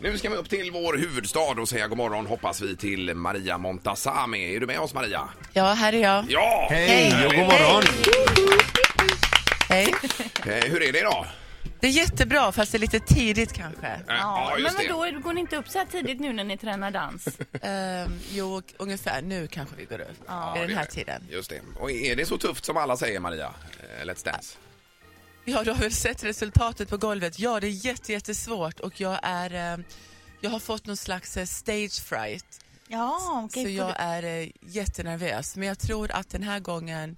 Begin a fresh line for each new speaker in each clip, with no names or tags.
Nu ska vi upp till vår huvudstad och säga god morgon hoppas vi till Maria Montazami. Är du med oss Maria?
Ja, här är jag.
Ja!
Hej.
och god morgon.
Hej.
Eh, Hur är det idag?
Det är jättebra, fast det är lite tidigt kanske.
Eh,
Ja, men
just det.
vadå, går ni inte upp så här tidigt nu när ni tränar dans?
Ehm, jo, ungefär nu kanske vi går upp.
Ja,
I
det
den
är
här
det.
tiden.
Just det. Och är det så tufft som alla säger Maria? Eh, Let's Dance?
Ja, du har väl sett resultatet på golvet. Ja, det är jätte, jättesvårt och jag är... ehm, jag har fått någon slags eh, stage fright,
Ja,
så jag är eh, jättenervös. Men jag tror att den här gången,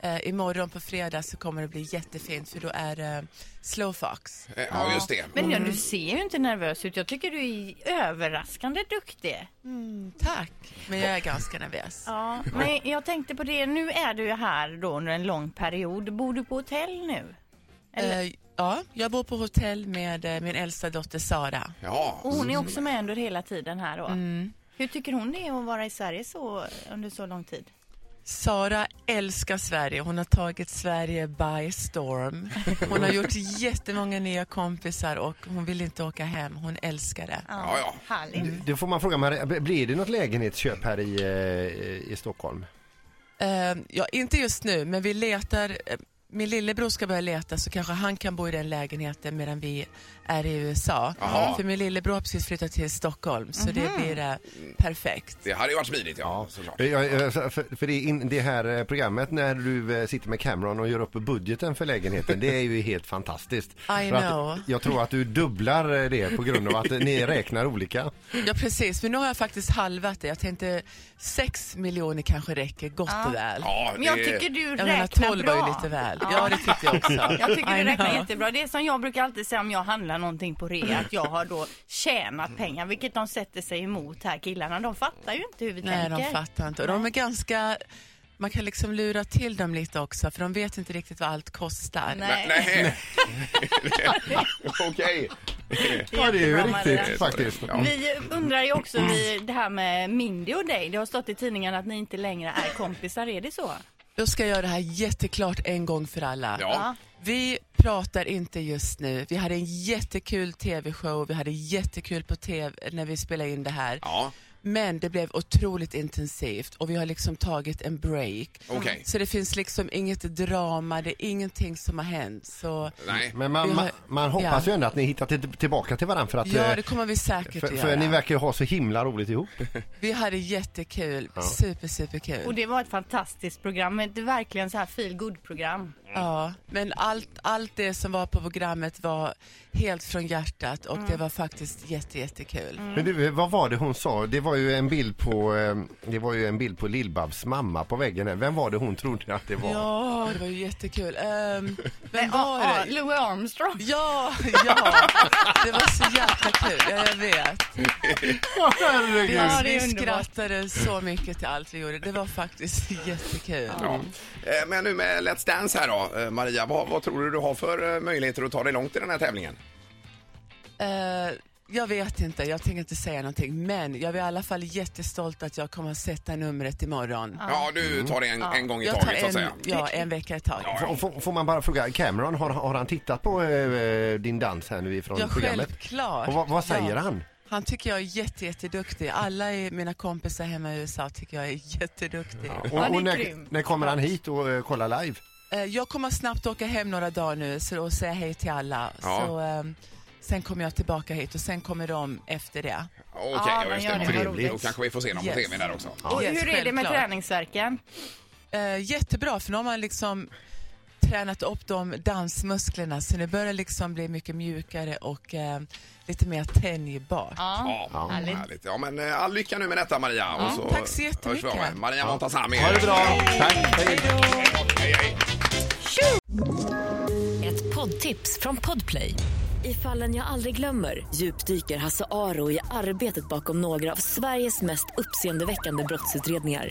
eh, imorgon på fredag, så kommer det bli jättefint för då är det slow fox.
Eh, Ja, just det.
Men ja, du ser ju inte nervös ut. Jag tycker du är överraskande duktig.
Tack! Men jag är ganska nervös.
Ja, men jag tänkte på det. Nu är du ju här då under en lång period. Bor du på hotell nu? Eller?
Eh, ja, jag bor på hotell med eh, min äldsta dotter Sara.
Ja.
Och hon är också med under hela tiden här då. Hur tycker hon det är att vara i Sverige så, under så lång tid?
Sara älskar Sverige. Hon har tagit Sverige by storm. Hon har gjort jättemånga nya kompisar och hon vill inte åka hem. Hon älskar det.
Ja, ja.
Härligt.
Då får man fråga, Maria, blir det något lägenhetsköp här i, eh, i Stockholm?
Eh, ja, inte just nu, men vi letar. eh, Min lillebror ska börja leta så kanske han kan bo i den lägenheten medan vi är i USA.
Jaha.
För min lillebror har precis flyttat till Stockholm så det blir eh, perfekt.
Det hade ju varit smidigt, ja. Såklart.
Eh, ja, eh, För, för det, in, det här eh, programmet när du eh, sitter med Cameron och gör upp budgeten för lägenheten, det är ju helt fantastiskt.
I
För att
know.
Jag tror att du dubblar eh, det på grund av att ni räknar olika.
Ja precis, men nu har jag faktiskt halvat det. Jag tänkte 6 miljoner kanske räcker gott och väl.
Ja,
Men jag
det-
tycker du
Jag menar
räknar
12 var
bra.
ju lite väl.
Ja.
Ja, det tyckte jag också.
Jag tycker
I
du räknar
know.
jättebra. Det är som jag brukar alltid säga om jag handlar någonting på rea, att jag har då tjänat pengar, vilket de sätter sig emot här killarna. De fattar ju inte hur vi
Nej,
tänker.
de fattar inte. Och de är ganska... Man kan liksom lura till dem lite också för de vet inte riktigt vad allt kostar.
Nej.
Nej.
Nej. Okej.
Ja, det är ju
jättebra, Maria.
riktigt faktiskt.
Ja.
Vi undrar ju också
Mm.
vi, det här med Mindy och dig. Det har stått i tidningen att ni inte längre är kompisar. Är det så?
Då ska jag göra det här jätteklart en gång för alla.
Ja.
Vi pratar inte just nu. Vi hade en jättekul tv-show, vi hade jättekul på tv när vi spelade in det här.
Ja.
Men det blev otroligt intensivt och vi har liksom tagit en break.
Okej.
Så det finns liksom inget drama, det är ingenting som har hänt. Så
Nej.
Men man,
Vi har-
man, man hoppas
Ja.
ju ändå att ni hittar till, tillbaka till varandra för att
ja,
eh,
det kommer vi säkert
för,
att
för
göra.
ni verkar ju ha så himla roligt ihop.
Vi hade jättekul, super, superkul.
Och det var ett fantastiskt program. Ett verkligen så här feel good program
Ja, men allt, allt det som var på programmet var helt från hjärtat och
Mm.
det var faktiskt jätte, jättekul.
Men du, eh, vad var det hon sa? Det var ju en bild på, eh, det var ju en bild på Lill-Babs mamma på väggen här. Vem var det hon trodde att det var?
Ja, det var ju jättekul. Um, vem var
Ja,
det?
Louis Armstrong.
Ja, ja, det var så jäkla kul. Ja, jag vet. Vi,
Ja, det
vi
är underbart.
skrattade så mycket till allt vi gjorde. Det var faktiskt jättekul.
Ja. Eh, Men nu med Let's Dance här då, eh, Maria, vad, vad tror du du har för eh, möjligheter att ta dig långt i den här tävlingen?
Eh, jag vet inte, jag tänker inte säga någonting. Men jag är i alla fall jättestolt att jag kommer att sätta numret imorgon.
Ja,
Mm.
du tar det en, en gång i
Jag tar
taget så att
en,
säga.
ja, en vecka i taget.
F- Får, får man bara fråga, Cameron, har, har han tittat på eh, din dans här nu ifrån
Ja,
programmet?
självklart.
Och vad, vad säger
ja.
han?
Han tycker jag är jätte, jätteduktig. Alla i mina kompisar hemma i USA tycker jag är jätteduktig.
Han
Och,
är
och när,
grym.
när kommer han hit och eh, kollar live?
Eh, Jag kommer snabbt åka hem några dagar nu så och säga hej till alla.
Ja.
Så, ehm, sen kommer jag tillbaka hit och sen kommer de efter det.
Okej,
Ja,
ja,
men
just
gör det,
det.
vad
Trevligt.
roligt.
Då kanske vi får se dem på
Yes.
tv där också.
Och
Yes,
hur är det med
självklart.
träningsverken?
Eh, jättebra, för nu har man liksom tränat upp de dansmusklerna så det börjar liksom bli mycket mjukare och eh, lite mer tänjbart.
Ja, härligt.
härligt.
Ja, men eh, all lycka nu med detta Maria. och så
tack
hörs
så
vi av
jättemycket.
med. Maria Montazami.
Ha det bra! Tack! Hej.
Hej, hej.
Ett poddtips från Podplay. I fallen jag aldrig glömmer djupdyker Hasse Aro i arbetet bakom några av Sveriges mest uppseendeväckande brottsutredningar.